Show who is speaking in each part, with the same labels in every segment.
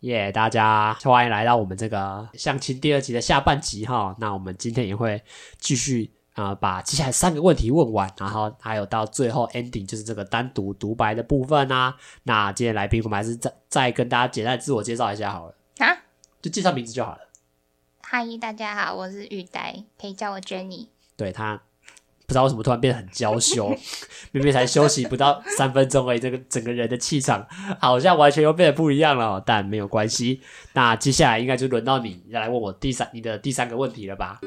Speaker 1: 耶、大家欢迎来到我们这个相亲第二集的下半集哈。那我们今天也会继续啊、呃把接下来三个问题问完，然后还有到最后 ending 就是这个单独独白的部分啊。那今天来宾我们还是再再跟大家简单地自我介绍一下好了，
Speaker 2: 啊，
Speaker 1: 就介绍名字就好了。
Speaker 2: 嗨，大家好，我是玉呆，可以叫我 Jenny。
Speaker 1: 对他不知道为什么突然变得很娇羞，明明才休息不到三分钟而已，这个整个人的气场好像完全又变得不一样了哦、但没有关系，那接下来应该就轮到你来问我第三你的第三个问题了吧？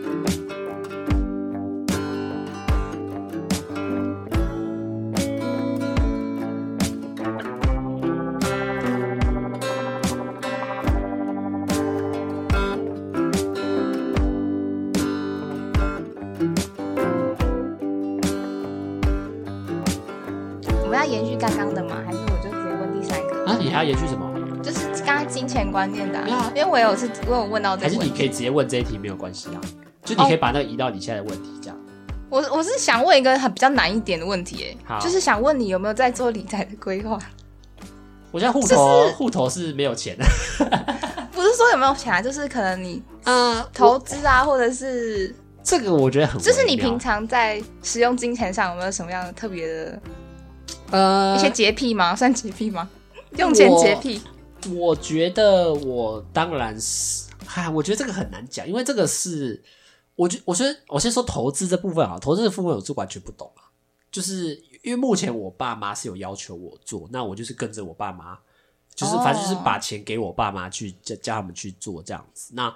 Speaker 2: 我们要延续刚刚的吗？还是我就直接问第三个？
Speaker 1: 啊，你还要延续什么？
Speaker 2: 就是刚刚金钱观念的、
Speaker 1: 对啊
Speaker 2: 啊，因为我有是，我有问到这
Speaker 1: 还
Speaker 2: 个
Speaker 1: 是
Speaker 2: 问
Speaker 1: 你可
Speaker 2: 题。
Speaker 1: 以直接问这一题没有关系啊？就
Speaker 2: 哦
Speaker 1: 你可以把那个移到你现在的问题这样。
Speaker 2: 我我是想问一个很比较难一点的问题，
Speaker 1: 好
Speaker 2: 哎，就是想问你有没有在做理财的规划？
Speaker 1: 我现在户头户头是没有钱的，
Speaker 2: 不是说有没有钱啊，就是可能你
Speaker 1: 呃，
Speaker 2: 投资啊，或者是
Speaker 1: 这个我觉得很
Speaker 2: 就是
Speaker 1: 微
Speaker 2: 你
Speaker 1: 妙
Speaker 2: 平常在使用金钱上有没有什么样的特别的
Speaker 1: 呃
Speaker 2: 一些洁癖吗？算洁癖吗？用钱洁癖，
Speaker 1: 我觉得我当然是，哎，我觉得这个很难讲，因为这个是，我觉我觉得我先说投资这部分啊，投资这部分我是完全不懂啊，就是因为目前我爸妈是有要求我做，那我就是跟着我爸妈，就是
Speaker 2: 哦
Speaker 1: 反正就是把钱给我爸妈去叫叫他们去做这样子。那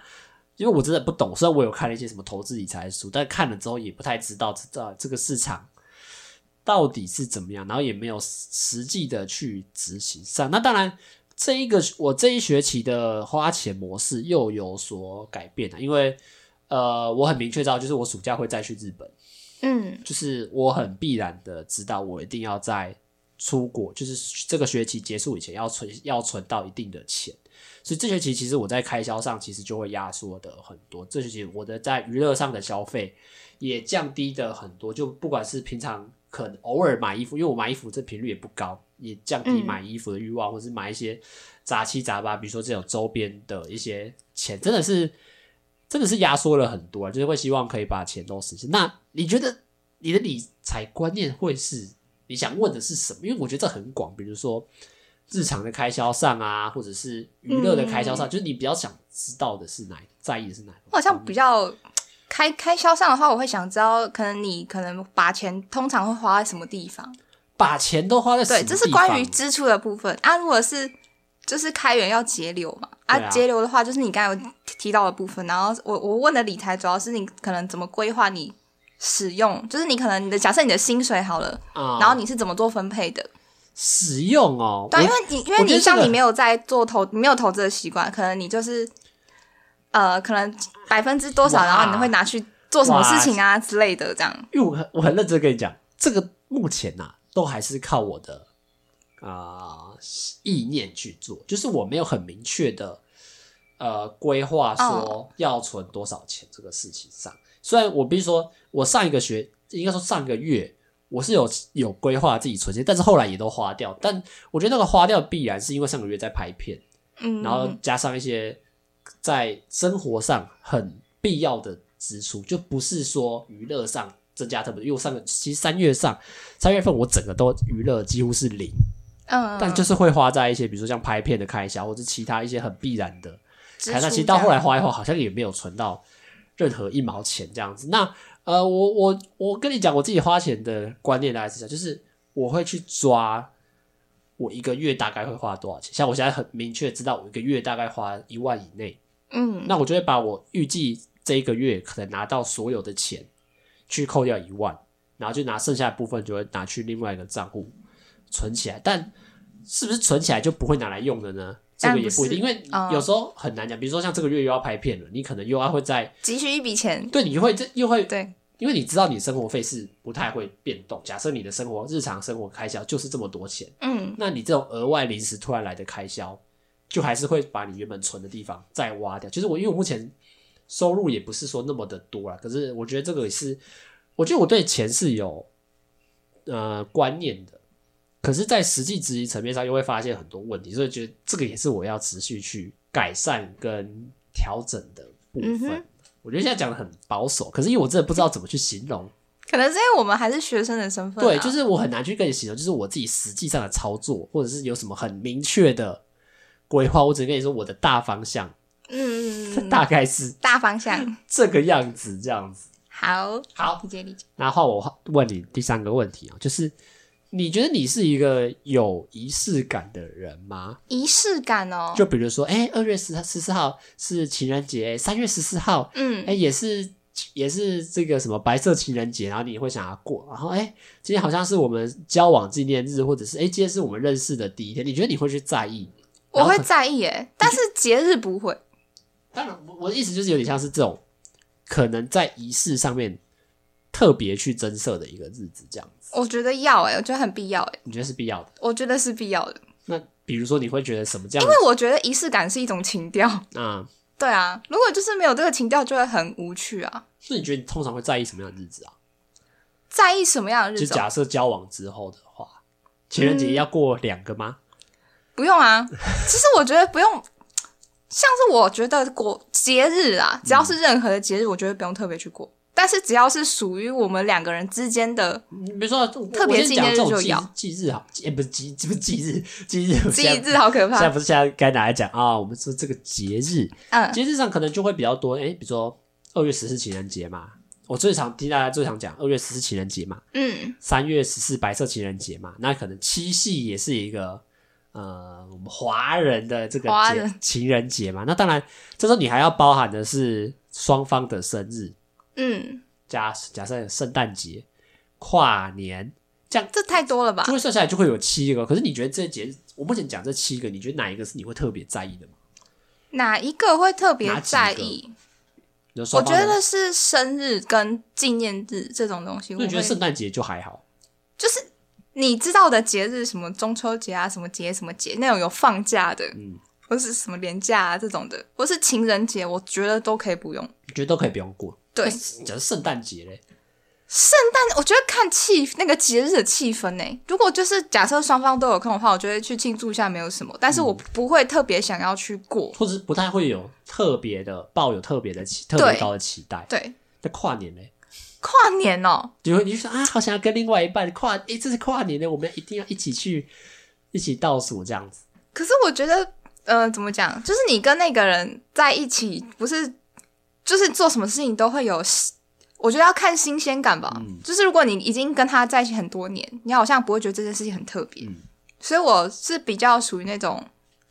Speaker 1: 因为我真的不懂，虽然我有看了一些什么投资理财的书，但看了之后也不太知道这这这个市场到底是怎么样，然后也没有实实际的去执行上。那当然，这一个我这一学期的花钱模式又有所改变了，因为呃，我很明确知道，就是我暑假会再去日本，
Speaker 2: 嗯，
Speaker 1: 就是我很必然的知道，我一定要在出国，就是这个学期结束以前要存要存到一定的钱。所以这学期其实我在开销上其实就会压缩的很多，这学期我的在娱乐上的消费也降低的很多，就不管是平常可能偶尔买衣服，因为我买衣服这频率也不高，也降低
Speaker 2: 嗯
Speaker 1: 买衣服的欲望，或是买一些杂七杂八，比如说这种周边的一些钱，真的是真的是压缩了很多、啊，就是会希望可以把钱都实现。那你觉得你的理财观念会是你想问的是什么？因为我觉得这很广，比如说日常的开销上啊，或者是娱乐的开销
Speaker 2: 嗯
Speaker 1: 上，就是你比较想知道的是哪一，在意的是哪一个方面？
Speaker 2: 我好像比较开开销上的话，我会想知道，可能你可能把钱通常会花在什么地方？
Speaker 1: 把钱都花在什
Speaker 2: 对，
Speaker 1: 么
Speaker 2: 这是
Speaker 1: 地方
Speaker 2: 关于支出的部分啊。如果是就是开源要节流嘛，啊，
Speaker 1: 对啊
Speaker 2: 节流的话就是你刚才有提到的部分。然后我我问的理财主要是你可能怎么规划你使用，就是你可能你的假设你的薪水好了，
Speaker 1: 啊、
Speaker 2: 然后你是怎么做分配的？
Speaker 1: 使用哦，
Speaker 2: 对啊，
Speaker 1: 我
Speaker 2: 因为你因
Speaker 1: 我
Speaker 2: 为
Speaker 1: 觉得
Speaker 2: 你像
Speaker 1: 这个
Speaker 2: 你没有在做投，你没有投资的习惯，可能你就是呃，可能百分之多少，
Speaker 1: 哇
Speaker 2: 然后你会拿去做什么事情啊之类的，这样。
Speaker 1: 因为我很我很认真跟你讲，这个目前呐、都还是靠我的啊、意念去做，就是我没有很明确的呃规划说
Speaker 2: 哦
Speaker 1: 要存多少钱这个事情上。虽然我必须说，我上一个学应该说上个月我是有有规划自己存钱，但是后来也都花掉。但我觉得那个花掉必然是因为上个月在拍片，
Speaker 2: 嗯，
Speaker 1: 然后加上一些在生活上很必要的支出，就不是说娱乐上增加特别多。因为我上个其实三月上三月份我整个都娱乐几乎是零，
Speaker 2: 嗯，
Speaker 1: 但就是会花在一些比如说像拍片的开销，或者其他一些很必然的
Speaker 2: 支
Speaker 1: 台
Speaker 2: 出
Speaker 1: 那其实到后来
Speaker 2: 这样
Speaker 1: 花一花，好像也没有存到任何一毛钱这样子。那呃，我我我跟你讲，我自己花钱的观念大概是这样，就是我会去抓我一个月大概会花多少钱。像我现在很明确知道，我一个月大概花一万以内，
Speaker 2: 嗯，
Speaker 1: 那我就会把我预计这一个月可能拿到所有的钱去扣掉一万，然后就拿剩下的部分就会拿去另外一个账户存起来。但是不是存起来就不会拿来用的呢？这
Speaker 2: 当
Speaker 1: 个
Speaker 2: 然
Speaker 1: 也不一定，因
Speaker 2: 不
Speaker 1: 为
Speaker 2: 嗯
Speaker 1: 有时候很难讲。比如说像这个月又要拍片了，你可能又要会在
Speaker 2: 急需一笔钱，
Speaker 1: 对，你会这又会
Speaker 2: 对，
Speaker 1: 因为你知道你生活费是不太会变动。假设你的生活日常生活开销就是这么多钱，
Speaker 2: 嗯，
Speaker 1: 那你这种额外临时突然来的开销，就还是会把你原本存的地方再挖掉。就是我因为我目前收入也不是说那么的多啦，可是我觉得这个也是，我觉得我对钱是有呃观念的，可是，在实际执行层面上，又会发现很多问题，所以觉得这个也是我要持续去改善跟调整的部
Speaker 2: 嗯
Speaker 1: 分。
Speaker 2: 哼
Speaker 1: 我觉得现在讲的很保守，可是因为我真的不知道怎么去形容
Speaker 2: 可能是因为我们还是学生的身份、啊，
Speaker 1: 对，就是我很难去跟你形容，就是我自己实际上的操作，或者是有什么很明确的规划。我只跟你说我的大方向，
Speaker 2: 嗯，嗯 嗯
Speaker 1: 大概是
Speaker 2: 大方向。
Speaker 1: 这个样子，这样子。
Speaker 2: 好，
Speaker 1: 好，
Speaker 2: 理解理解。
Speaker 1: 然后我问你第三个问题啊，就是你觉得你是一个有仪式感的人吗？
Speaker 2: 仪式感哦，
Speaker 1: 就比如说，哎、二月十十四号是情人节，三月十四号，
Speaker 2: 嗯
Speaker 1: 哎、也是也是这个什么白色情人节，然后你会想要过，然后哎、今天好像是我们交往纪念日，或者是哎、今天是我们认识的第一天，你觉得你会去在意？
Speaker 2: 我会在意诶，但是节日不会。
Speaker 1: 当然，我我的意思就是有点像是这种可能在仪式上面特别去增色的一个日子，这样子，
Speaker 2: 我觉得要诶，我觉得很必要诶，
Speaker 1: 你觉得是必要的？
Speaker 2: 我觉得是必要的，
Speaker 1: 那比如说你会觉得什么这样
Speaker 2: 因
Speaker 1: 子？
Speaker 2: 为我觉得仪式感是一种情调。
Speaker 1: 啊、
Speaker 2: 对啊，如果就是没有这个情调，就会很无趣啊。
Speaker 1: 所以你觉得你通常会在意什么样的日子啊？
Speaker 2: 在意什么样的
Speaker 1: 就
Speaker 2: 日子哦？嗯
Speaker 1: 假设交往之后的话，情人节要过两个吗？
Speaker 2: 不用啊，其实我觉得不用。像是我觉得过节日啊，只要是
Speaker 1: 嗯
Speaker 2: 任何的节日，我觉得不用特别去过。但是只要是属于我们两个人之间的
Speaker 1: 你比如说我
Speaker 2: 特别
Speaker 1: 我先讲这
Speaker 2: 纪念日
Speaker 1: 种
Speaker 2: 就
Speaker 1: 忌
Speaker 2: 要
Speaker 1: 忌日好，也、不是忌，不是忌日， 忌日
Speaker 2: 记
Speaker 1: 现
Speaker 2: 忆，
Speaker 1: 在
Speaker 2: 日好可
Speaker 1: 现在
Speaker 2: 怕。
Speaker 1: 不是现在该拿来讲啊、我们说这个节日，
Speaker 2: 嗯，
Speaker 1: 节日上可能就会比较多。哎、比如说二月十四情人节嘛，我最常听大家最常讲二月十四情人节嘛，
Speaker 2: 嗯，
Speaker 1: 三月十四白色情人节嘛，那可能七夕也是一个呃我们华人的这个
Speaker 2: 华
Speaker 1: 节
Speaker 2: 人
Speaker 1: 情人节嘛。那当然，这时候你还要包含的是双方的生日，
Speaker 2: 嗯，
Speaker 1: 加假设有圣诞节、跨年，这样
Speaker 2: 这太多了吧
Speaker 1: 就？会算下来就会有七个。可是你觉得这些节日，我目前讲这七个，你觉得哪一个是你会特别在意的吗？
Speaker 2: 哪一个会特别
Speaker 1: 哪几个
Speaker 2: 在意？
Speaker 1: 你说双
Speaker 2: 我觉
Speaker 1: 方的
Speaker 2: 得是生日跟纪念日这种东西，我
Speaker 1: 那你觉得
Speaker 2: 会
Speaker 1: 圣诞节就还好？
Speaker 2: 就是你知道的节日，什么中秋节啊，什么节什么节那种有放假的，
Speaker 1: 嗯，
Speaker 2: 或是什么年假啊这种的，或是情人节，我觉得都可以不用。
Speaker 1: 你觉得都可以不用过？
Speaker 2: 对
Speaker 1: 那假设圣诞节嘞，
Speaker 2: 但我觉得看气那个节日的气氛呢、如果就是假设双方都有空的话，我就会去庆祝一下，没有什么。但是我不会特别想要去过。
Speaker 1: 或者是不太会有特别的抱有特别的期特别
Speaker 2: 对
Speaker 1: 高的期待。
Speaker 2: 对，
Speaker 1: 那跨年嘞，
Speaker 2: 跨年哦、
Speaker 1: 你会你就说啊，好想要跟另外一半跨，诶、这是跨年嘞，我们一定要一起去，一起倒数这样子。
Speaker 2: 可是我觉得，呃，怎么讲，就是你跟那个人在一起，不是就是做什么事情都会有新，我觉得要看新鲜感吧。
Speaker 1: 嗯
Speaker 2: 就是如果你已经跟他在一起很多年，你好像不会觉得这件事情很特别。
Speaker 1: 嗯
Speaker 2: 所以我是比较属于那种，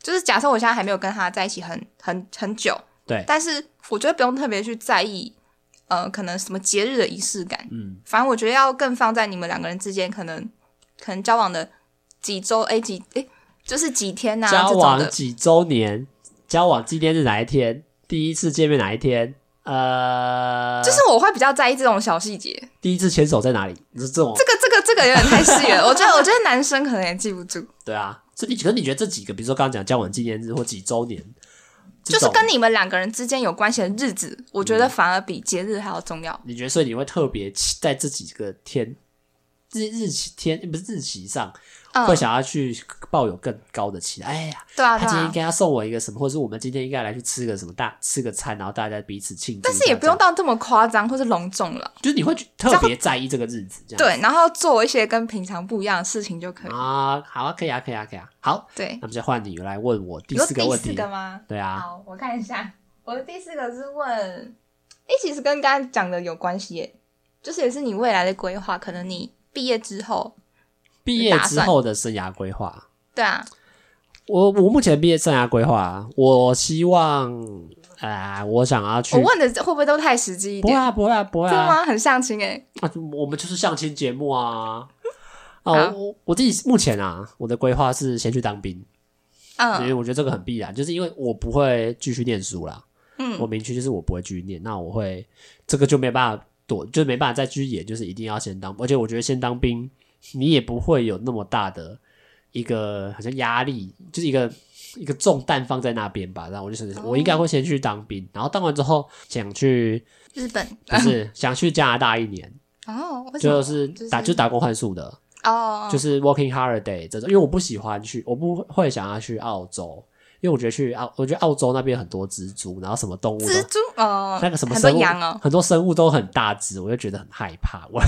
Speaker 2: 就是假设我现在还没有跟他在一起很很很久，
Speaker 1: 对
Speaker 2: 但是我觉得不用特别去在意，呃，可能什么节日的仪式感。
Speaker 1: 嗯，
Speaker 2: 反正我觉得要更放在你们两个人之间，可能可能交往的几周，哎、几哎、就是几天呐、
Speaker 1: 交
Speaker 2: 这种
Speaker 1: 往啊
Speaker 2: 的，
Speaker 1: 几周年，交往纪念日哪一天？第一次见面哪一天？呃，
Speaker 2: 就是我会比较在意这种小细节。
Speaker 1: 第一次牵手在哪里？是这种
Speaker 2: 这个这个这个有点太 细了，我觉得我觉得男生可能也记不住，
Speaker 1: 对啊。这你可是你觉得这几个，比如说刚刚讲交往纪念日或几周年，这
Speaker 2: 就是
Speaker 1: 种嗯
Speaker 2: 跟你们两个人之间有关系的日子，我觉得反而比节日还要重要。
Speaker 1: 你觉得，所以你会特别期在这几个天日日期天不是日期上，
Speaker 2: 嗯，
Speaker 1: 会想要去抱有更高的期待。哎呀，
Speaker 2: 对啊
Speaker 1: 他
Speaker 2: 对
Speaker 1: 今天应
Speaker 2: 啊，
Speaker 1: 该要送我一个什么，或者是我们今天应该来去吃个什么大吃个餐，然后大家彼此庆祝一下。
Speaker 2: 但是也不用到这么夸张或是隆重了，
Speaker 1: 这样，就是你会去特别在意这个日子，这样
Speaker 2: 对，然后做一些跟平常不一样的事情就可以。
Speaker 1: 啊，好啊，可以啊，可以啊，可以啊。好，
Speaker 2: 对，
Speaker 1: 那么就换你来问我第
Speaker 2: 你说
Speaker 1: 四个问题。
Speaker 2: 吗？
Speaker 1: 对啊，
Speaker 2: 好，我看一下，我的第四个是问，诶，其实跟刚刚讲的有关系耶，就是也是你未来的规划，可能你毕业之后，
Speaker 1: 毕业之后的生涯规划，
Speaker 2: 对啊，
Speaker 1: 我我目前毕业生涯规划，我希望，啊、我想要去
Speaker 2: 我，问的会不会都太实际一
Speaker 1: 不会
Speaker 2: 点？
Speaker 1: 啊，不会啊，不会
Speaker 2: 真的
Speaker 1: 啊，
Speaker 2: 吗？很相亲诶。
Speaker 1: 啊，我们就是相亲节目啊。
Speaker 2: 好
Speaker 1: 啊，我我自己目前啊，我的规划是先去当兵，因为
Speaker 2: 嗯
Speaker 1: 我觉得这个很必然，就是因为我不会继续念书啦。我
Speaker 2: 嗯，
Speaker 1: 明确就是我不会继续念，那我会这个就没办法躲，就没办法再继续演，就是一定要先当。而且我觉得先当兵，你也不会有那么大的一个好像压力，就是一个一个重担放在那边吧。然后我就
Speaker 2: 哦
Speaker 1: 想，我应该会先去当兵，然后当完之后想去
Speaker 2: 日本
Speaker 1: 不是想去加拿大一年，
Speaker 2: 哦，为什
Speaker 1: 就
Speaker 2: 么
Speaker 1: 是打
Speaker 2: 就
Speaker 1: 就是打工换宿的。
Speaker 2: 哦，
Speaker 1: 就是 working holiday 这种，因为我不喜欢去，我不会想要去澳洲，因为我觉得去澳，我觉得澳洲那边很多蜘蛛，然后什么动物都
Speaker 2: 蜘蛛 哦，
Speaker 1: 那个什么
Speaker 2: 很多
Speaker 1: 生物，
Speaker 2: 羊哦，
Speaker 1: 很多生物都很大只，我就觉得很害怕。我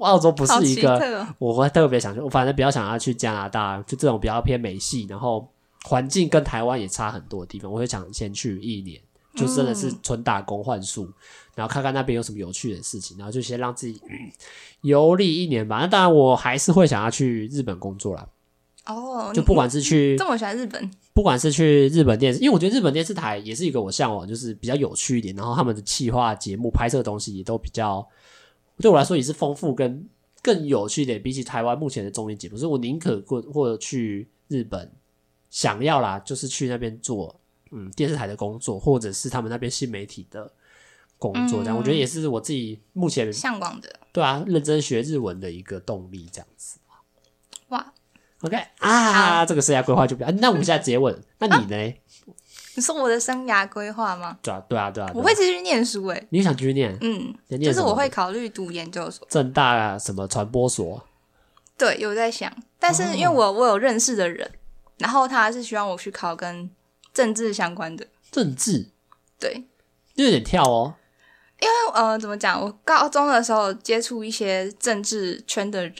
Speaker 1: 澳洲不
Speaker 2: 好
Speaker 1: 是一
Speaker 2: 奇
Speaker 1: 个
Speaker 2: 特哦。
Speaker 1: 我会特别想去，我反正比较想要去加拿大，就这种比较偏美系，然后环境跟台湾也差很多的地方，我会想先去一年，就真的
Speaker 2: 嗯
Speaker 1: 是纯打工换宿，然后看看那边有什么有趣的事情，然后就先让自己、嗯游历一年吧。那当然，我还是会想要去日本工作啦，
Speaker 2: 哦，
Speaker 1: 就
Speaker 2: 你
Speaker 1: 不管是去
Speaker 2: 这么喜欢日本，
Speaker 1: 不管是去日本电视，因为我觉得日本电视台也是一个我向往，就是比较有趣一点，然后他们的企划节目拍摄的东西也都比较，对我来说也是丰富跟更有趣一点，比起台湾目前的综艺节目，所以我宁可过或者去日本，想要啦，就是去那边做嗯电视台的工作，或者是他们那边新媒体的工作，这样、
Speaker 2: 嗯
Speaker 1: 我觉得也是我自己目前
Speaker 2: 向往的
Speaker 1: 对啊认真学日文的一个动力，这样子。
Speaker 2: 哇！
Speaker 1: OK 啊，这个生涯规划就比较，啊那我们现在直接问，那你呢？ 啊
Speaker 2: 你说我的生涯规划吗？
Speaker 1: 对啊，对啊，对啊。对
Speaker 2: 我
Speaker 1: 啊
Speaker 2: 会继续念书诶、
Speaker 1: 你想继续念？
Speaker 2: 嗯，
Speaker 1: 你念
Speaker 2: 就是
Speaker 1: 什么
Speaker 2: 我会考虑读研究所。
Speaker 1: 正大啊什么传播所？
Speaker 2: 对，有在想，但是因为我我有认识的人，然后他是希望我去考跟政治相关的。
Speaker 1: 政治，
Speaker 2: 对，
Speaker 1: 就有点跳哦。
Speaker 2: 那呃，怎么讲？我高中的时候接触一些政治圈的人，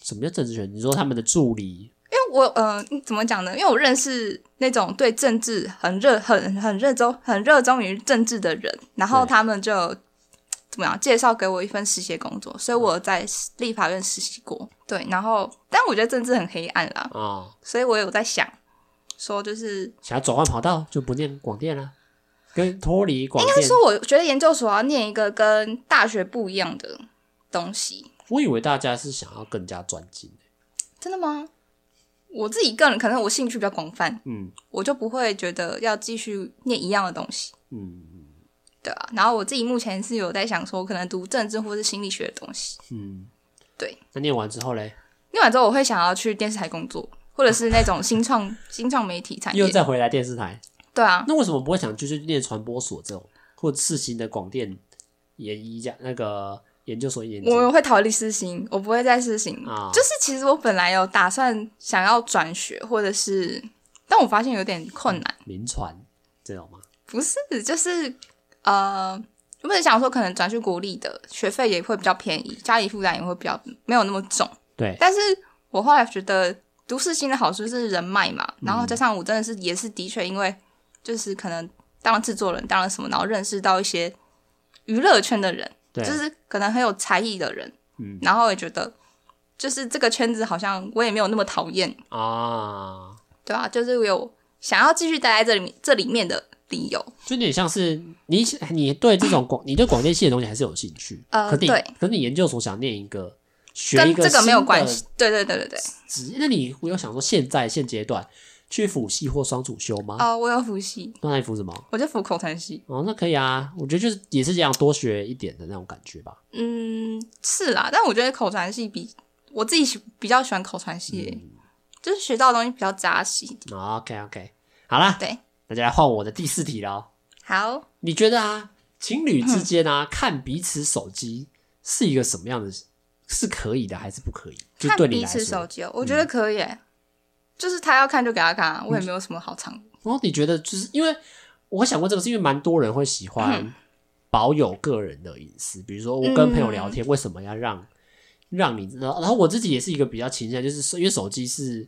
Speaker 1: 什么叫政治学？你说他们的助理
Speaker 2: 因为我呃，怎么讲呢？因为我认识那种对政治很热、很很热衷、很热衷于政治的人，然后
Speaker 1: 对
Speaker 2: 他们就怎么样介绍给我一份实习工作，所以我在立法院实习过。对，然后但我觉得政治很黑暗啦，
Speaker 1: 啊、
Speaker 2: 所以我有在想说，就是
Speaker 1: 想要转换跑道就不念广电啦，跟脱离广
Speaker 2: 但
Speaker 1: 电
Speaker 2: 是。我觉得研究所要念一个跟大学不一样的东西，
Speaker 1: 我以为大家是想要更加专精，
Speaker 2: 真的吗？我自己个人可能我兴趣比较广泛，
Speaker 1: 嗯
Speaker 2: 我就不会觉得要继续念一样的东西。
Speaker 1: 嗯
Speaker 2: 对啊，然后我自己目前是有在想说，可能读政治或是心理学的东西。
Speaker 1: 嗯，
Speaker 2: 对。
Speaker 1: 那念完之后嘞，
Speaker 2: 念完之后，我会想要去电视台工作，或者是那种新创新创媒体产业
Speaker 1: 又。再回来电视台，
Speaker 2: 对啊，
Speaker 1: 那为什么不会想就是念传播所这种，或者世新的广电研一家那个研究所研究？
Speaker 2: 我会逃离私刑，我不会再私刑。
Speaker 1: 啊
Speaker 2: 就是其实我本来有打算想要转学，或者是，但我发现有点困难。
Speaker 1: 民传这种吗？
Speaker 2: 不是，就是呃，我本来想说可能转去国立的，学费也会比较便宜，家里负担也会比较没有那么重。
Speaker 1: 对，
Speaker 2: 但是我后来觉得读世新的好处是人脉嘛，然
Speaker 1: 嗯
Speaker 2: 后加上我真的是也是的确因为就是可能当了制作人，当了什么，然后认识到一些娱乐圈的人，
Speaker 1: 对，
Speaker 2: 就是可能很有才艺的人，
Speaker 1: 嗯
Speaker 2: 然后也觉得就是这个圈子好像我也没有那么讨厌，
Speaker 1: 啊，
Speaker 2: 对啊，就是我有想要继续待在这里面这里面的理由。
Speaker 1: 就有点像是你你对这种广你对广电系的东西还是有兴趣，可
Speaker 2: 呃
Speaker 1: 是你
Speaker 2: 对
Speaker 1: 可是你研究所想念一个学一
Speaker 2: 跟
Speaker 1: 个
Speaker 2: 这个没有
Speaker 1: 新的
Speaker 2: 关系，对对对对对。
Speaker 1: 职业，那你有想说现在现阶段去辅系或双主修吗？
Speaker 2: 哦，我有辅系，
Speaker 1: 那你辅什么？
Speaker 2: 我就辅口传系。
Speaker 1: 哦，那可以啊，我觉得就是也是这样多学一点的那种感觉吧。
Speaker 2: 嗯，是啦，但我觉得口传系比我自己喜比较喜欢口传系耶、就是学到的东西比较扎实。
Speaker 1: 哦 OK OK，好啦，
Speaker 2: 对，
Speaker 1: 大家换我的第四题了。
Speaker 2: 好，
Speaker 1: 你觉得啊，情侣之间
Speaker 2: 嗯
Speaker 1: 啊，看彼此手机是一个什么样的？是可以的还是不可以？就
Speaker 2: 看
Speaker 1: 对你
Speaker 2: 彼
Speaker 1: 来
Speaker 2: 此手
Speaker 1: 说，嗯
Speaker 2: 机、哦，我觉得可以耶、就是他要看就给他看啊，我也没有什么好藏。
Speaker 1: 然后你觉得就是因为我想过这个，是因为蛮多人会喜
Speaker 2: 嗯
Speaker 1: 欢保有个人的隐私，比如说我跟朋友聊
Speaker 2: 嗯
Speaker 1: 天，为什么要让让你知道？然后我自己也是一个比较倾向，就是因为手机是，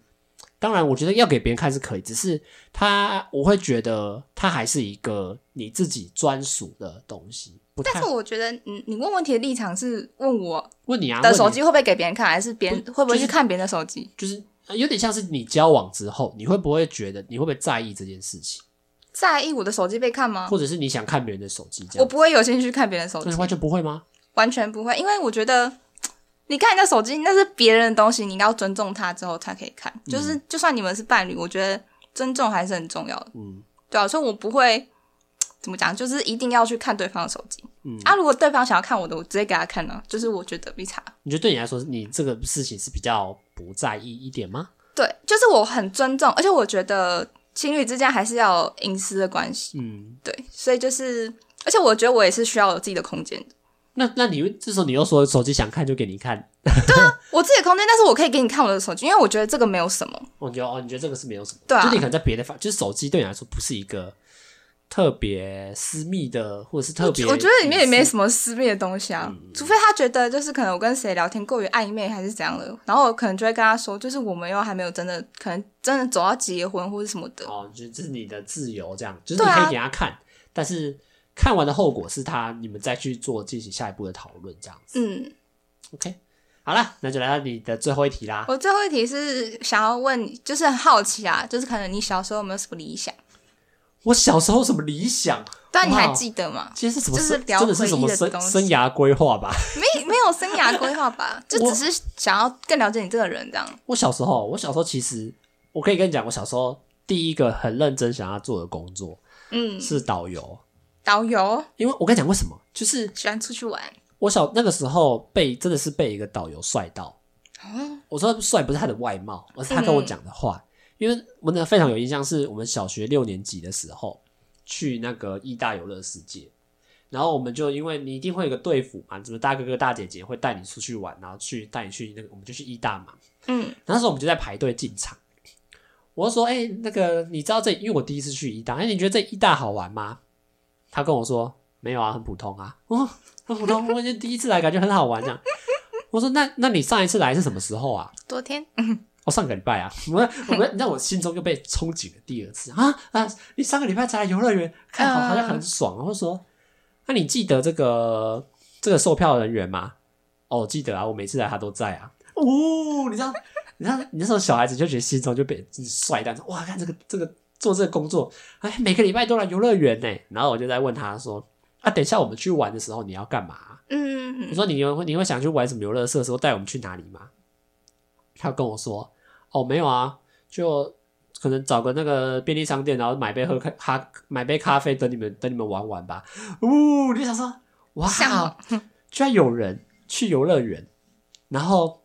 Speaker 1: 当然我觉得要给别人看是可以，只是它我会觉得它还是一个你自己专属的东西。不太
Speaker 2: 但是我觉得，你你问问题的立场是问我
Speaker 1: 问你啊，
Speaker 2: 的
Speaker 1: 问
Speaker 2: 手
Speaker 1: 你
Speaker 2: 机会不会给别人看，还是别人会不会
Speaker 1: 就是
Speaker 2: 去看别人的手机？
Speaker 1: 就是呃有点像是你交往之后，你会不会觉得你会不会在意这件事情，
Speaker 2: 在意我的手机被看吗？
Speaker 1: 或者是你想看别人的手机这
Speaker 2: 我
Speaker 1: 样？
Speaker 2: 不会有兴趣看别人的手
Speaker 1: 那
Speaker 2: 机
Speaker 1: 你，完全不会吗？
Speaker 2: 完全不会，因为我觉得你看人家手机那是别人的东西，你应该要尊重他之后才可以看。就是就算你们是伴侣，我觉得尊重还是很重要的。
Speaker 1: 嗯，
Speaker 2: 对啊，所以我不会怎么讲，就是一定要去看对方的手机。嗯啊，如果对方想要看我的，我直接给他看了、啊就是我觉得没差。
Speaker 1: 你觉得对你来说，你这个事情是比较不在意一点吗？
Speaker 2: 对，就是我很尊重，而且我觉得情侣之间还是要有隐私的关系。
Speaker 1: 嗯，
Speaker 2: 对，所以就是，而且我觉得我也是需要有自己的空间的。
Speaker 1: 那那你这时候你又说手机想看就给你看，
Speaker 2: 我自己的空间，但是我可以给你看我的手机，因为我觉得这个没有什么。
Speaker 1: 我觉得哦，你觉得这个是没有什么，
Speaker 2: 对啊
Speaker 1: 就你可能在别的方，就是手机对你来说不是一个特别私密的，或者是特别，嗯
Speaker 2: 我觉得里面也没什么私密的东西啊，除非他觉得就是可能我跟谁聊天过于暧昧还是怎样的，然后我可能就会跟他说，就是我们又还没有真的，可能真的走到结婚或者什么的。
Speaker 1: 哦，就是这是你的自由，这样就是你
Speaker 2: 对啊
Speaker 1: 可以给他看，但是看完的后果是他你们再去做进行下一步的讨论，这样子。
Speaker 2: 嗯，
Speaker 1: OK，好了，那就来到你的最后一题啦。
Speaker 2: 我最后一题是想要问你，就是很好奇啊，就是可能你小时候有没有什么理想？
Speaker 1: 我小时候有什么理想？
Speaker 2: 但你还
Speaker 1: 哇
Speaker 2: 记得吗？
Speaker 1: 其实是什么
Speaker 2: 就是
Speaker 1: 生
Speaker 2: 聊
Speaker 1: 真的是
Speaker 2: 回忆
Speaker 1: 什么
Speaker 2: 的
Speaker 1: 生
Speaker 2: 东西
Speaker 1: 生涯规划吧？
Speaker 2: 没没有生涯规 划吧，就只是想要更了解你这个人这样。
Speaker 1: 我小时候，我小时候其实我可以跟你讲，我小时候第一个很认真想要做的工作
Speaker 2: 嗯，
Speaker 1: 是导游，
Speaker 2: 导游
Speaker 1: 因为我跟你讲为什么，就是
Speaker 2: 喜欢出去玩，
Speaker 1: 我小那个时候被真的是被一个导游帅到。我说帅不是他的外貌，而是他跟我讲的话。因为我那非常有印象，是我们小学六年级的时候去那个义大游乐世界，然后我们就因为你一定会有个队服嘛，什么大哥哥大姐姐会带你出去玩，然后去带你去那个，我们就去义大嘛。
Speaker 2: 嗯，
Speaker 1: 那时候我们就在排队进场。我就说：“哎、那个，你知道这？因为我第一次去一大，哎、你觉得这一大好玩吗？”他跟我说：“没有啊，很普通啊，哦，很普通。我就第一次来，感觉很好玩这样。”我说：“那那你上一次来是什么时候啊？”
Speaker 2: 昨天
Speaker 1: 我、上个礼拜啊， 我我们让我心中又被憧憬了第二次啊啊！你上个礼拜才来游乐园，看好好像很爽。然后说，那、你记得这个这个售票人员吗？哦，记得啊，我每次来他都在啊。哦，你知道，你知道，你那时候小孩子就觉得心中就被帅到，说哇，看这个这个做这个工作，哎，每个礼拜都来游乐园呢。然后我就在问他说，啊，等一下我们去玩的时候你要干嘛啊、
Speaker 2: 嗯
Speaker 1: 我，说你有你会想去玩什么游乐设施，或带我们去哪里吗？他跟我说，哦，没有啊，就可能找个那个便利商店，然后买杯喝咖咖买杯咖啡，等你们等你们玩玩吧。呜、你就想说，哇，哦
Speaker 2: 向往
Speaker 1: 居然有人去游乐园，然后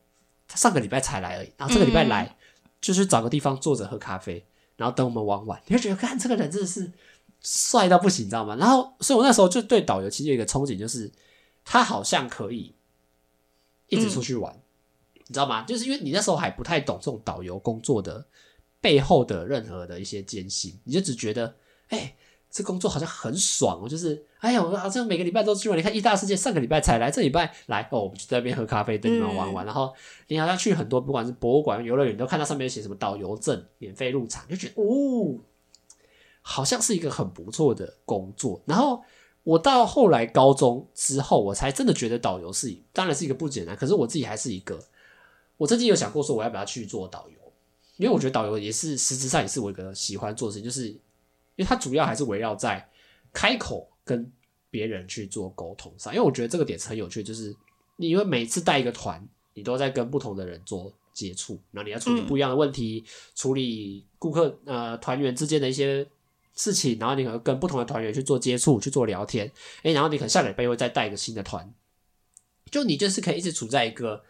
Speaker 1: 他上个礼拜才来而已，然后这个礼拜来、就是找个地方坐着喝咖啡，然后等我们玩完，你就觉得看这个人真的是帅到不行，你知道吗？然后，所以我那时候就对导游其实有一个憧憬，就是他好像可以一直出去玩，你知道吗？就是因为你那时候还不太懂这种导游工作的背后的任何的一些艰辛，你就只觉得，哎、这工作好像很爽哦，就是，哎呀，我好像每个礼拜都去玩。你看意大世界上个礼拜才来，这礼拜来哦，我们就在那边喝咖啡，等你们玩玩。然后你好像去很多，不管是博物馆、游乐园，你都看到上面写什么导游证、免费入场，就觉得哦，好像是一个很不错的工作。然后我到后来高中之后，我才真的觉得导游是，当然是一个不简单，可是我自己还是一个，我曾经有想过说我要不要去做导游，因为我觉得导游也是实质上也是我一个喜欢做的事情，就是因为它主要还是围绕在开口跟别人去做沟通上，因为我觉得这个点是很有趣，就是你因为每次带一个团，你都在跟不同的人做接触，然后你要处理
Speaker 2: 嗯
Speaker 1: 不一样的问题，处理顾客呃团员之间的一些事情，然后你可能跟不同的团员去做接触，去做聊天，诶、然后你可能下个礼拜又会再带一个新的团，就你就是可以一直处在一个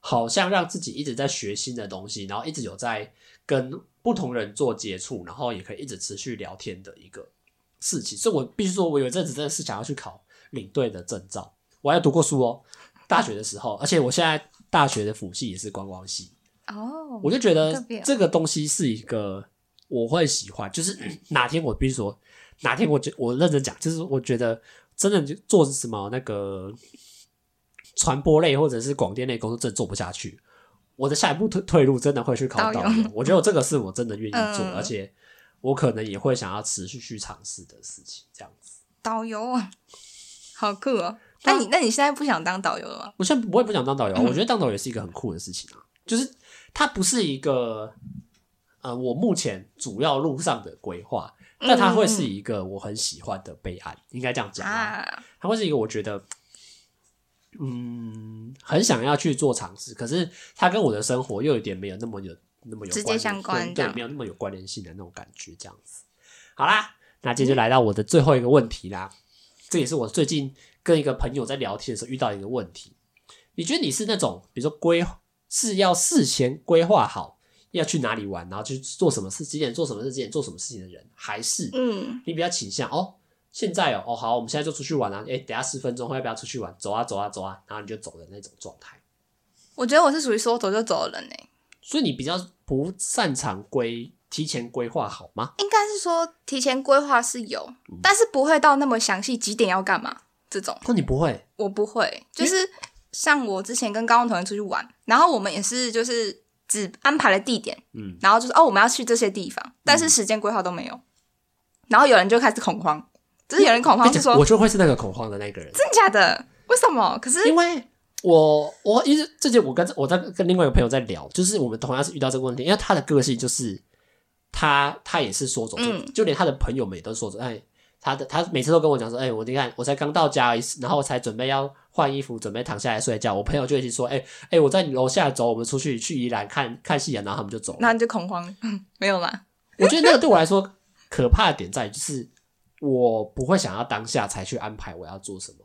Speaker 1: 好像让自己一直在学新的东西，然后一直有在跟不同人做接触，然后也可以一直持续聊天的一个事情。所以我必须说，我有一阵子真的是想要去考领队的证照，我还有读过书哦，大学的时候，而且我现在大学的辅系也是观光系，
Speaker 2: 哦，
Speaker 1: 我就觉
Speaker 2: 特
Speaker 1: 得
Speaker 2: 别哦
Speaker 1: 这个东西是一个我会喜欢，就是 哪天我比如说哪天我觉我认真讲，就是我觉得真的就做什么那个传播类或者是广电类工作真的做不下去，我的下一步退退路真的会去考
Speaker 2: 导
Speaker 1: 导
Speaker 2: 游
Speaker 1: 游，我觉得这个是我真的愿意做，
Speaker 2: 嗯
Speaker 1: 而且我可能也会想要持续去尝试的事情，这样子。
Speaker 2: 导游 啊，好酷哦。啊
Speaker 1: 对
Speaker 2: 那
Speaker 1: 啊
Speaker 2: 你那你现在不想当导游了吗？
Speaker 1: 我现在我也不想当导游啊，我觉得当导游是一个很酷的事情啊，就是它不是一个呃我目前主要路上的规划，但它会是一个我很喜欢的备案，应该这样讲啊，
Speaker 2: 啊，
Speaker 1: 它会是一个我觉得嗯很想要去做尝试，可是它跟我的生活又有点没有那么有那么有
Speaker 2: 直接
Speaker 1: 关联
Speaker 2: 相关
Speaker 1: 对
Speaker 2: 这
Speaker 1: 对，
Speaker 2: 样
Speaker 1: 没有那么有关联性的那种感觉，这样子。好啦，那接着来到我的最后一个问题啦，这也是我最近跟一个朋友在聊天的时候遇到一个问题。你觉得你是那种，比如说规是要事先规划好要去哪里玩，然后去做什么事，几点做什么事，几点做什么事情的人，还是
Speaker 2: 嗯，
Speaker 1: 你比较倾向哦，现在哦，哦好，我们现在就出去玩啊！哎，等一下十分钟后要不要出去玩？走啊走啊走啊！然后你就走的那种状态。
Speaker 2: 我觉得我是属于说走就走的人呢、欸
Speaker 1: 所以你比较不擅长规提前规划好吗？
Speaker 2: 应该是说提前规划是有，
Speaker 1: 嗯
Speaker 2: 但是不会到那么详细，几点要干嘛这种，
Speaker 1: 哦那你不会，
Speaker 2: 我不会。就是像我之前跟高中同学出去玩，然后我们也是就是只安排了地点，
Speaker 1: 嗯，
Speaker 2: 然后就是哦我们要去这些地方，但是时间规划都没有，然后有人就开始恐慌，就是有人恐慌
Speaker 1: 并且
Speaker 2: 是说
Speaker 1: 我就会是那个恐慌的那个人，
Speaker 2: 真的假的？为什么？可是
Speaker 1: 因为我我一直最近我跟我在跟另外一个朋友在聊，就是我们同样是遇到这个问题，因为他的个性就是他他也是说走就、
Speaker 2: 嗯
Speaker 1: 就连他的朋友们也都说走，哎，他的他每次都跟我讲说，哎，我你看我才刚到家而已，然后我才准备要换衣服，准备躺下来睡觉，我朋友就一直说，哎哎，我在你楼下走，我们出去去宜兰看看戏啊，然后他们就走了。
Speaker 2: 那你就恐慌， 没有啦。
Speaker 1: 我觉得那个对我来说可怕的点在于，就是我不会想要当下才去安排我要做什么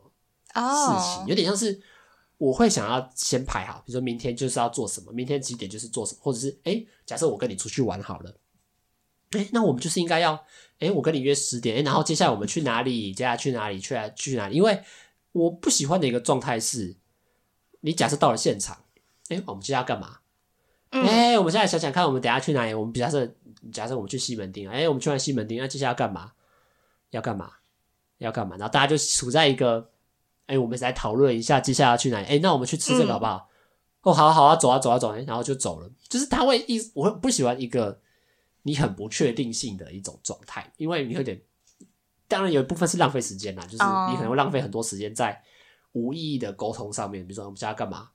Speaker 1: 事情
Speaker 2: 哦，
Speaker 1: 有点像是我会想要先排好，比如说明天就是要做什么，明天几点就是做什么，或者是哎、诶假设我跟你出去玩好了，哎、那我们就是应该要哎、诶我跟你约十点，哎、然后接下来我们去哪里，接下来去哪里，去哪去哪里？因为我不喜欢的一个状态是，你假设到了现场，哎、我们接下来要干嘛？
Speaker 2: 嗯，
Speaker 1: 哎、我们现在想想看，我们等一下去哪里？我们假设假设我们去西门町，哎、我们去完西门町，那接下来要干嘛？要干嘛？要干嘛？然后大家就处在一个，哎、我们来讨论一下接下来要去哪里？哎、那我们去吃这个好不好？哦，好啊好啊，走啊走啊走啊，然后就走了。就是他会一，我会不喜欢一个你很不确定性的一种状态，因为你有点，当然有一部分是浪费时间啦，就是
Speaker 2: 哦
Speaker 1: 你可能会浪费很多时间在无意义的沟通上面，比如说我们现在要干嘛？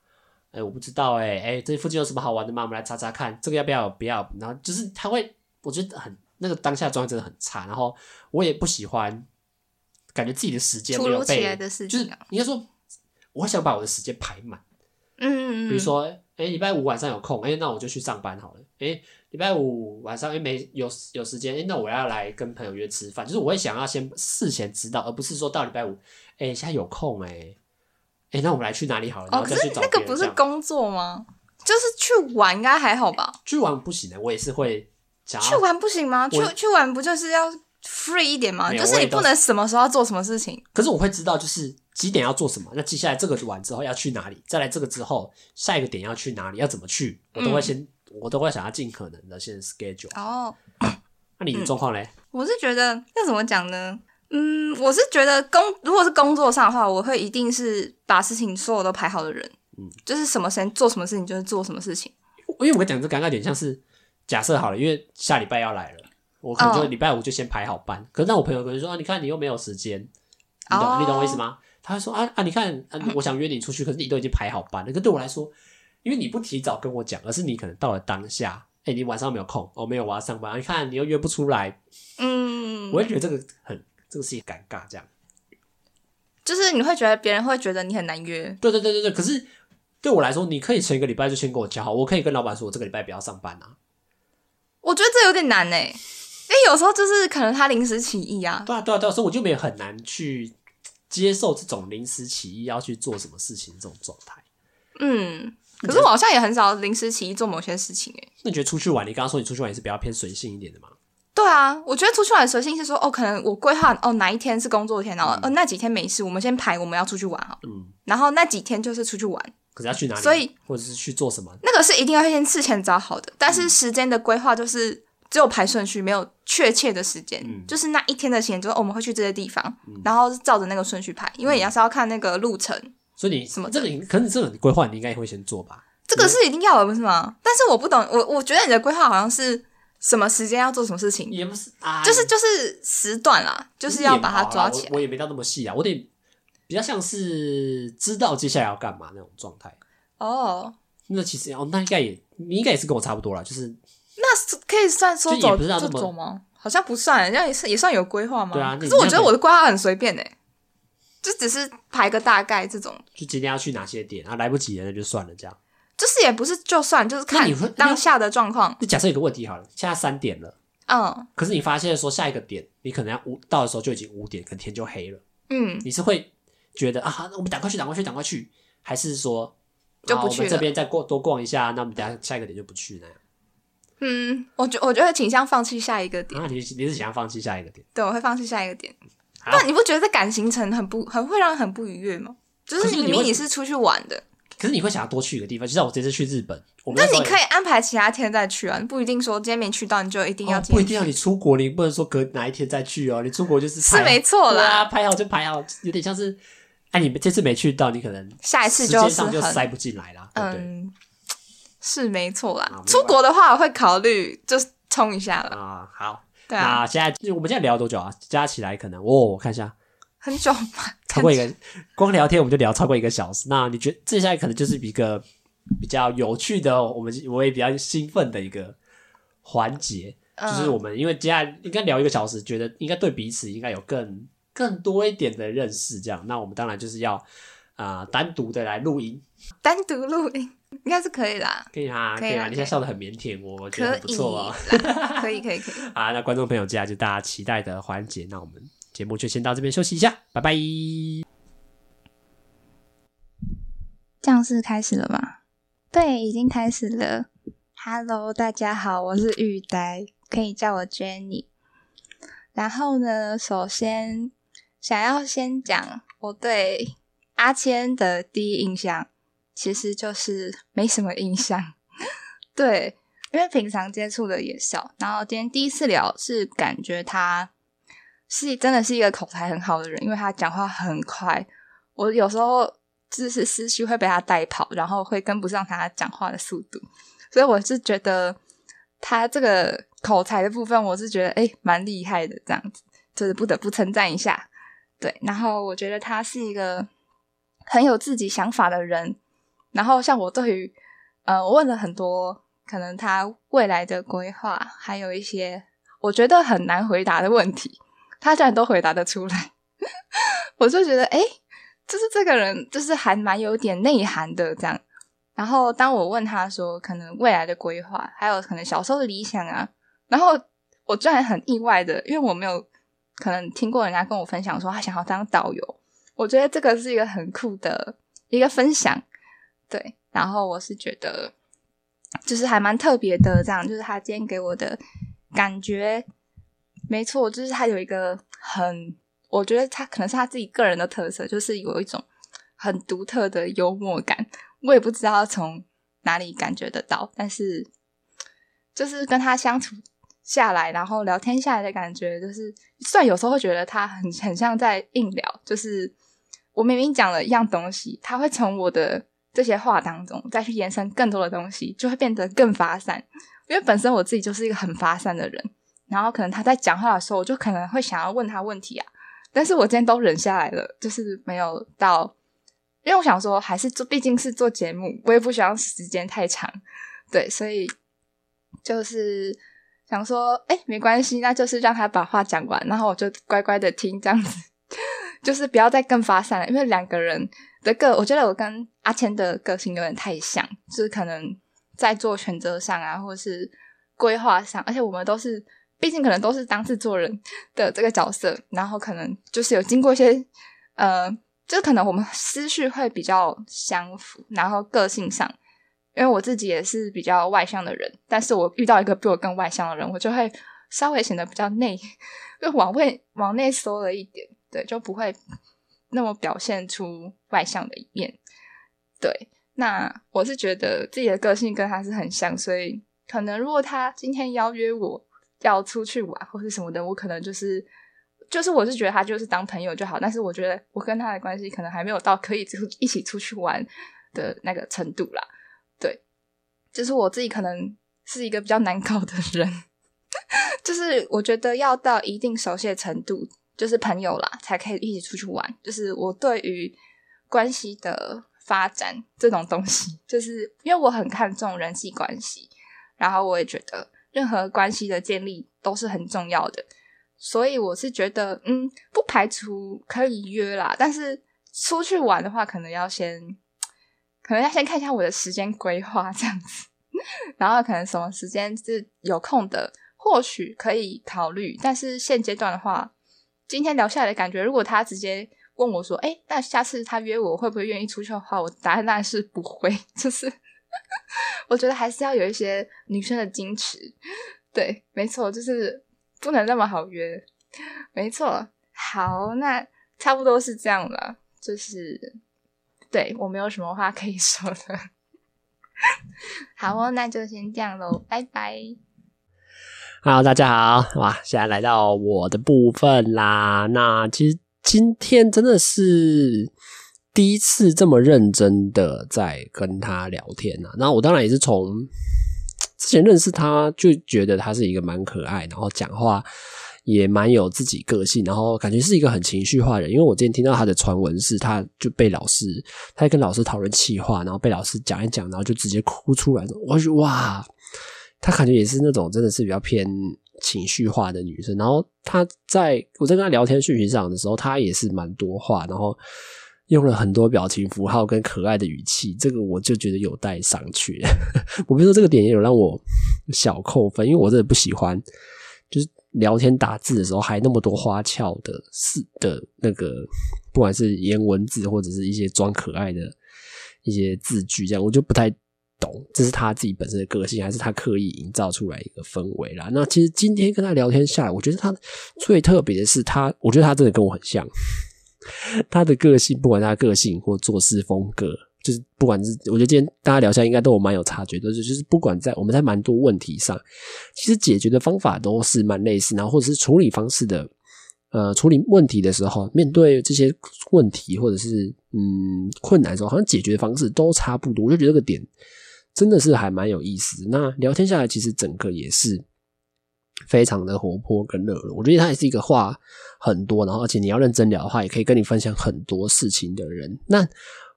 Speaker 1: 哎、我不知道哎、哎、这附近有什么好玩的吗？我们来查查看，这个要不要？不要。然后就是他会，我觉得很那个当下状态真的很差，然后我也不喜欢，感觉自己的时间
Speaker 2: 突
Speaker 1: 没有
Speaker 2: 如其
Speaker 1: 被
Speaker 2: 来，的事
Speaker 1: 就是
Speaker 2: 情啊，
Speaker 1: 应该说，我会想把我的时间排满。
Speaker 2: 嗯，嗯嗯
Speaker 1: 比如说，哎、礼拜五晚上有空，哎、那我就去上班好了。哎、礼拜五晚上哎、没有有时间，哎、那我要来跟朋友约吃饭，就是我会想要先事先知道，而不是说到礼拜五，哎、现在有空哎、哎、那我们来去哪里好了？然后
Speaker 2: 哦，可
Speaker 1: 再
Speaker 2: 是
Speaker 1: 去找
Speaker 2: 那个
Speaker 1: 别人
Speaker 2: 不
Speaker 1: 这
Speaker 2: 是
Speaker 1: 样
Speaker 2: 工作吗？就是去玩应该还好吧？
Speaker 1: 去玩不行的，欸我也是会想要
Speaker 2: 去玩不行吗？去
Speaker 1: 啊我
Speaker 2: 去玩不就是要 free 一点吗？
Speaker 1: 没有
Speaker 2: 就是
Speaker 1: 我
Speaker 2: 你
Speaker 1: 也都
Speaker 2: 不能什么时候要做什么事情。
Speaker 1: 可是我会知道就是几点要做什么，那接下来这个完之后要去哪里，再来这个之后下一个点要去哪里，要怎么去，我
Speaker 2: 嗯
Speaker 1: 都会先，我都会想要尽可能的先 schedule。
Speaker 2: 哦，
Speaker 1: 那
Speaker 2: 嗯
Speaker 1: 你的状况嘞？
Speaker 2: 我是觉得要怎么讲呢？嗯，我是觉得工如果是工作上的话，我会一定是把事情所有都排好的人，
Speaker 1: 嗯
Speaker 2: 就是什么时间做什么事情就是做什么事情。
Speaker 1: 因为我讲这尴尬点像是假设好了，因为下礼拜要来了，我可能就
Speaker 2: 哦
Speaker 1: 礼拜五就先排好班。可是那我朋友可能说，啊、你看你又没有时间，你懂、
Speaker 2: 哦
Speaker 1: 你懂我意思吗？他会说啊啊，你看啊，我想约你出去，可是你都已经排好班了。可对我来说，因为你不提早跟我讲，而是你可能到了当下，哎、你晚上没有空，哦，没有，我要上班。啊你看你又约不出来，
Speaker 2: 嗯
Speaker 1: 我，会觉得这个很这个事情尴尬，这样。
Speaker 2: 就是你会觉得别人会觉得你很难约。
Speaker 1: 对对对对对，可是对我来说，你可以前一个礼拜就先跟我讲好，我可以跟老板说我这个礼拜不要上班啊。
Speaker 2: 我觉得这有点难哎、因为有时候就是可能他临时起意啊，
Speaker 1: 对啊，对啊，对啊，所以我就没有很难去接受这种临时起意要去做什么事情这种状态。
Speaker 2: 嗯，可是我好像也很少临时起意做某些事情哎、
Speaker 1: 那你觉得出去玩，你刚刚说你出去玩也是比较偏随性一点的嘛？
Speaker 2: 对啊，我觉得出去玩的随性是说，哦，可能我规划哦哪一天是工作天，然后、呃那几天没事，我们先排我们要出去玩好了，
Speaker 1: 嗯，
Speaker 2: 然后那几天就是出去玩，
Speaker 1: 可是要去哪里，
Speaker 2: 所以
Speaker 1: 或者是去做什么？
Speaker 2: 那个是一定要先事前找好的，但
Speaker 1: 嗯
Speaker 2: 是时间的规划就是只有排顺序，没有确切的时间，
Speaker 1: 嗯
Speaker 2: 就是那一天的时间，就是、哦我们会去这些地方，然后是照着那个顺序排，因为
Speaker 1: 嗯
Speaker 2: 你要是要看那个路程，
Speaker 1: 所以你
Speaker 2: 什么
Speaker 1: 这个你，可是你这个你规划你应该也会先做吧？
Speaker 2: 这个是一定要的，不是吗？但是我不懂，我我觉得你的规划好像是什么时间要做什么事情，
Speaker 1: 也不是啊，
Speaker 2: 就是就是时段啦，就是要把它抓起来
Speaker 1: 我。我也没到那么细啊，我得比较像是知道接下来要干嘛那种状态。
Speaker 2: 哦，
Speaker 1: 那其实哦，那应该也你应该也是跟我差不多啦，就是
Speaker 2: 那是可以算说
Speaker 1: 就也
Speaker 2: 走
Speaker 1: 不是要啊
Speaker 2: 就
Speaker 1: 这么
Speaker 2: 走吗？好像不算，这样也是也算有规划吗？
Speaker 1: 对啊那
Speaker 2: 可
Speaker 1: 你
Speaker 2: 是我
Speaker 1: 那
Speaker 2: 觉得
Speaker 1: 个
Speaker 2: 我的规划很随便诶、就只是排个大概这种，
Speaker 1: 就今天要去哪些点啊，来不及了那就算了这样。
Speaker 2: 就是也不是就算，就是
Speaker 1: 那
Speaker 2: 看
Speaker 1: 你会
Speaker 2: 当下的状况。
Speaker 1: 那假设有个问题好了，现在三点了。
Speaker 2: 嗯
Speaker 1: 可是你发现说下一个点，你可能要五到的时候就已经五点，可能天就黑了，
Speaker 2: 嗯，
Speaker 1: 你是会觉得啊，那我们赶快去，赶快去，赶快去，还是说
Speaker 2: 就不
Speaker 1: 啊我
Speaker 2: 去
Speaker 1: 们
Speaker 2: 了
Speaker 1: 这边再过多逛一下，那我们等下下一个点就不去那样？
Speaker 2: 嗯，我觉我觉得倾向放弃下一个点，
Speaker 1: 啊，你你是想要放弃下一个点？
Speaker 2: 对，我会放弃下一个点。那你不觉得在赶行程很不很会让人很不愉悦吗？就
Speaker 1: 可
Speaker 2: 是
Speaker 1: 是
Speaker 2: 明
Speaker 1: 你
Speaker 2: 明
Speaker 1: 会
Speaker 2: 你是出去玩的，
Speaker 1: 可是你会想要多去一个地方，就像我这次去日本，我们
Speaker 2: 那
Speaker 1: 时候
Speaker 2: 你
Speaker 1: 也
Speaker 2: 可以安排其他天再去啊，你不一定说今天没去到你就一定要
Speaker 1: 哦
Speaker 2: 今
Speaker 1: 不一定
Speaker 2: 天去，
Speaker 1: 要你出国，你不能说隔哪一天再去哦。你出国就是
Speaker 2: 是没错
Speaker 1: 对啊，
Speaker 2: 啦。
Speaker 1: 排好就排好，有点像是哎，你们这次没去到，你可能
Speaker 2: 下一次
Speaker 1: 时
Speaker 2: 就
Speaker 1: 间
Speaker 2: 是
Speaker 1: 上就
Speaker 2: 很
Speaker 1: 塞不进来啦，对不哦对？
Speaker 2: 嗯，是没错啦
Speaker 1: 啊。
Speaker 2: 出国的话，我会考虑就是冲一下了。
Speaker 1: 啊，好，
Speaker 2: 对啊，
Speaker 1: 那现在我们现在聊多久啊？加起来可能哦，我看一下，
Speaker 2: 很 久嘛，
Speaker 1: 超过一个，光聊天我们就聊超过一个小时。那你觉得接下来可能就是一个比较有趣的，我们我也比较兴奋的一个环节，
Speaker 2: 嗯
Speaker 1: 就是我们因为接下来应该聊一个小时，觉得应该对彼此应该有更更多一点的认识。这样，那我们当然就是要啊、呃单独的来录音，
Speaker 2: 单独录音应该是可以啦，
Speaker 1: 可以啊，
Speaker 2: 可以啊
Speaker 1: 啊，
Speaker 2: 可以
Speaker 1: 你现在笑得很腼腆，我我觉得
Speaker 2: 可
Speaker 1: 很不
Speaker 2: 以
Speaker 1: 错啊
Speaker 2: 啦。，可以可以可以。
Speaker 1: 啊，那观众朋友，接下来就大家期待的环节，那我们节目就先到这边休息一下，拜拜。
Speaker 2: 这样是开始了吗？对，已经开始了。Hello，大家好，我是玉呆，可以叫我 Jenny。然后呢，首先想要先讲我对阿谦的第一印象，其实就是没什么印象。 对，因为平常接触的也少，然后今天第一次聊是感觉他是真的是一个口才很好的人，因为他讲话很快，我有时候就是思绪会被他带跑，然后会跟不上他讲话的速度，所以我是觉得他这个口才的部分，我是觉得诶蛮厉害的，这样子就是不得不称赞一下。对，然后我觉得他是一个很有自己想法的人，然后像我对于呃，我问了很多可能他未来的规划，还有一些我觉得很难回答的问题，他居然都回答得出来， 我就觉得诶就是这个人就是还蛮有点内涵的这样。然后当我问他说可能未来的规划，还有可能小时候的理想啊，然后我居然很意外的，因为我没有可能听过人家跟我分享说他想要当导游，我觉得这个是一个很酷的一个分享，对。然后我是觉得就是还蛮特别的，这样就是他今天给我的感觉，没错，就是他有一个很我觉得他可能是他自己个人的特色，就是有一种很独特的幽默感。我也不知道从哪里感觉得到，但是就是跟他相处下来，然后聊天下来的感觉，就是虽然有时候会觉得他很很像在硬聊，就是我明明讲了一样东西，他会从我的这些话当中再去延伸更多的东西，就会变得更发散。因为本身我自己就是一个很发散的人，然后可能他在讲话的时候，我就可能会想要问他问题啊，但是我今天都忍下来了，就是没有到，因为我想说还是做，毕竟是做节目，我也不想要时间太长，对，所以就是想说，哎、没关系，那就是让他把话讲完，然后我就乖乖的听这样子， 就是不要再更发散了，因为两个人的个，我觉得我跟阿谦的个性有点太像，就是可能在做选择上啊，或是规划上，而且我们都是。毕竟可能都是当制作人，的这个角色，然后可能就是有经过一些呃，就可能我们思绪会比较相符，然后个性上，因为我自己也是比较外向的人，但是我遇到一个比我更外向的人，我就会稍微显得比较内，就往外往内缩了一点，对，就不会那么表现出外向的一面，对。那我是觉得自己的个性跟他是很像，所以可能如果他今天邀约我，要出去玩或是什么的，我可能就是就是我是觉得他就是当朋友就好，但是我觉得我跟他的关系可能还没有到可以就一起出去玩的那个程度啦。对，就是我自己可能是一个比较难搞的人，就是我觉得要到一定熟悉的程度，就是朋友啦，才可以一起出去玩。就是我对于关系的发展这种东西，就是因为我很看重人际关系，然后我也觉得任何关系的建立都是很重要的，所以我是觉得，嗯，不排除可以约啦，但是出去玩的话，可能要先，可能要先看一下我的时间规划这样子，然后可能什么时间是有空的，或许可以考虑，但是现阶段的话，今天聊下来的感觉，如果他直接。问我说：“哎、那下次他约我会不会愿意出去的话，我答案当然是不会，就是 我觉得还是要有一些女生的矜持。对，没错，就是不能那么好约。没错，好，那差不多是这样了，就是对我没有什么话可以说的。好哦，那就先这样喽，拜拜。
Speaker 1: Hello，大家好，哇，现在来到我的部分啦。那其实今天真的是第一次这么认真的在跟他聊天啊。那我当然也是从之前认识他，就觉得他是一个蛮可爱，然后讲话也蛮有自己个性，然后感觉是一个很情绪化的人。因为我之前听到他的传闻是，他就被老师，他在跟老师讨论气话，然后被老师讲一讲，然后就直接哭出来。我就觉得哇。她感觉也是那种真的是比较偏情绪化的女生。然后她在我在跟她聊天讯息上的时候，她也是蛮多话，然后用了很多表情符号跟可爱的语气，这个我就觉得有待商榷。我比如说这个点也有让我小扣分，因为我真的不喜欢，就是聊天打字的时候还那么多花俏的是的那个，不管是颜文字或者是一些装可爱的一些字句，这样我就不太懂，这是他自己本身的个性，还是他刻意营造出来一个氛围啦？那其实今天跟他聊天下来，我觉得他最特别的是他，我觉得他真的跟我很像。他的个性，不管他的个性或做事风格，就是不管是我觉得今天大家聊下来应该都有蛮有察觉的，就是就是不管在我们在蛮多问题上，其实解决的方法都是蛮类似，然后或者是处理方式的，呃，处理问题的时候，面对这些问题或者是嗯困难的时候，好像解决方式都差不多，我就觉得这个点真的是还蛮有意思。那聊天下来，其实整个也是非常的活泼跟热络。我觉得他也是一个话很多，然后而且你要认真聊的话，也可以跟你分享很多事情的人。那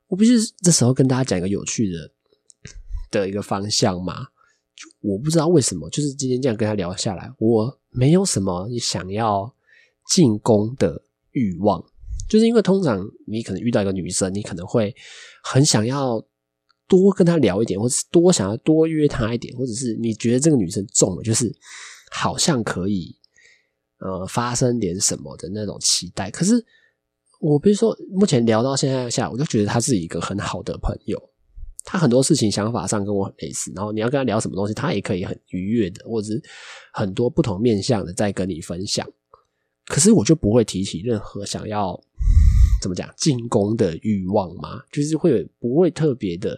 Speaker 1: 我不是这时候跟大家讲一个有趣的的一个方向嘛？就我不知道为什么，就是今天这样跟他聊下来，我没有什么想要进攻的欲望。就是因为通常你可能遇到一个女生，你可能会很想要多跟她聊一点，或者是多想要多约她一点，或者是你觉得这个女生中了，就是好像可以呃发生点什么的那种期待。可是我比如说目前聊到现在下来，我就觉得她是一个很好的朋友，她很多事情想法上跟我很类似，然后你要跟她聊什么东西，她也可以很愉悦的，或者是很多不同面向的在跟你分享。可是我就不会提起任何想要怎么讲进攻的欲望嘛，就是会有不会特别的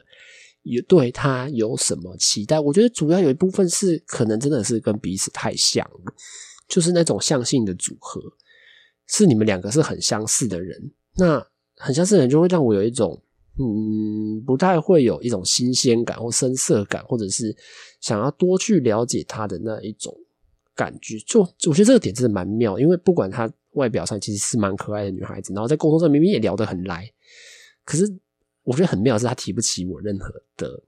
Speaker 1: 有对他有什么期待？我觉得主要有一部分是可能真的是跟彼此太像了，就是那种相性的组合，是你们两个是很相似的人，那很相似的人就会让我有一种嗯不太会有一种新鲜感或深色感，或者是想要多去了解他的那一种感觉，就我觉得这个点真的蛮妙，因为不管她外表上其实是蛮可爱的女孩子，然后在沟通上明明也聊得很来，可是我觉得很妙的是她提不起我任何的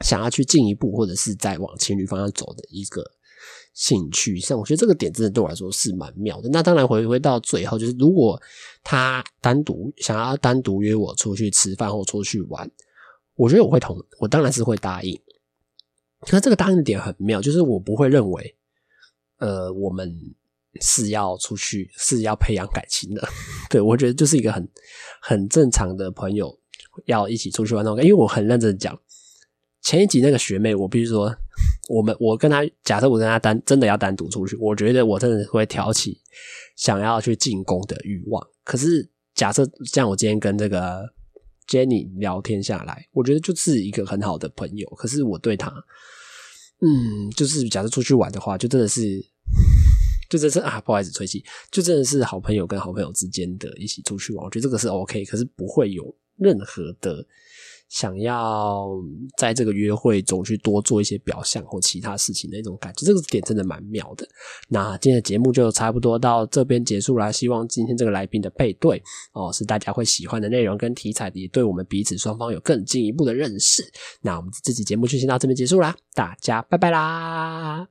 Speaker 1: 想要去进一步或者是再往情侣方向走的一个兴趣上，我觉得这个点真的对我来说是蛮妙的。那当然回归到最后，就是如果她单独想要单独约我出去吃饭或出去玩，我觉得我会同，我当然是会答应。可是这个答应的点很妙，就是我不会认为呃，我们是要出去，是要培养感情的。 对我觉得就是一个很很正常的朋友要一起出去玩那种感觉。因为我很认真地讲，前一集那个学妹，我必须说，我们我跟她，假设我跟她单真的要单独出去，我觉得我真的会挑起想要去进攻的欲望。可是假设像我今天跟这个 Jenny 聊天下来，我觉得就是一个很好的朋友，可是我对她。嗯，就是假设出去玩的话，就真的是，就真是啊，不好意思，吹气，就真的是好朋友跟好朋友之间的一起出去玩，我觉得这个是 OK，可是不会有任何的想要在这个约会中去多做一些表象或其他事情的一种感觉，这个点真的蛮妙的。那今天的节目就差不多到这边结束啦，希望今天这个来宾的配对哦是大家会喜欢的内容跟题材，也对我们彼此双方有更进一步的认识。那我们这期节目就先到这边结束啦，大家拜拜啦！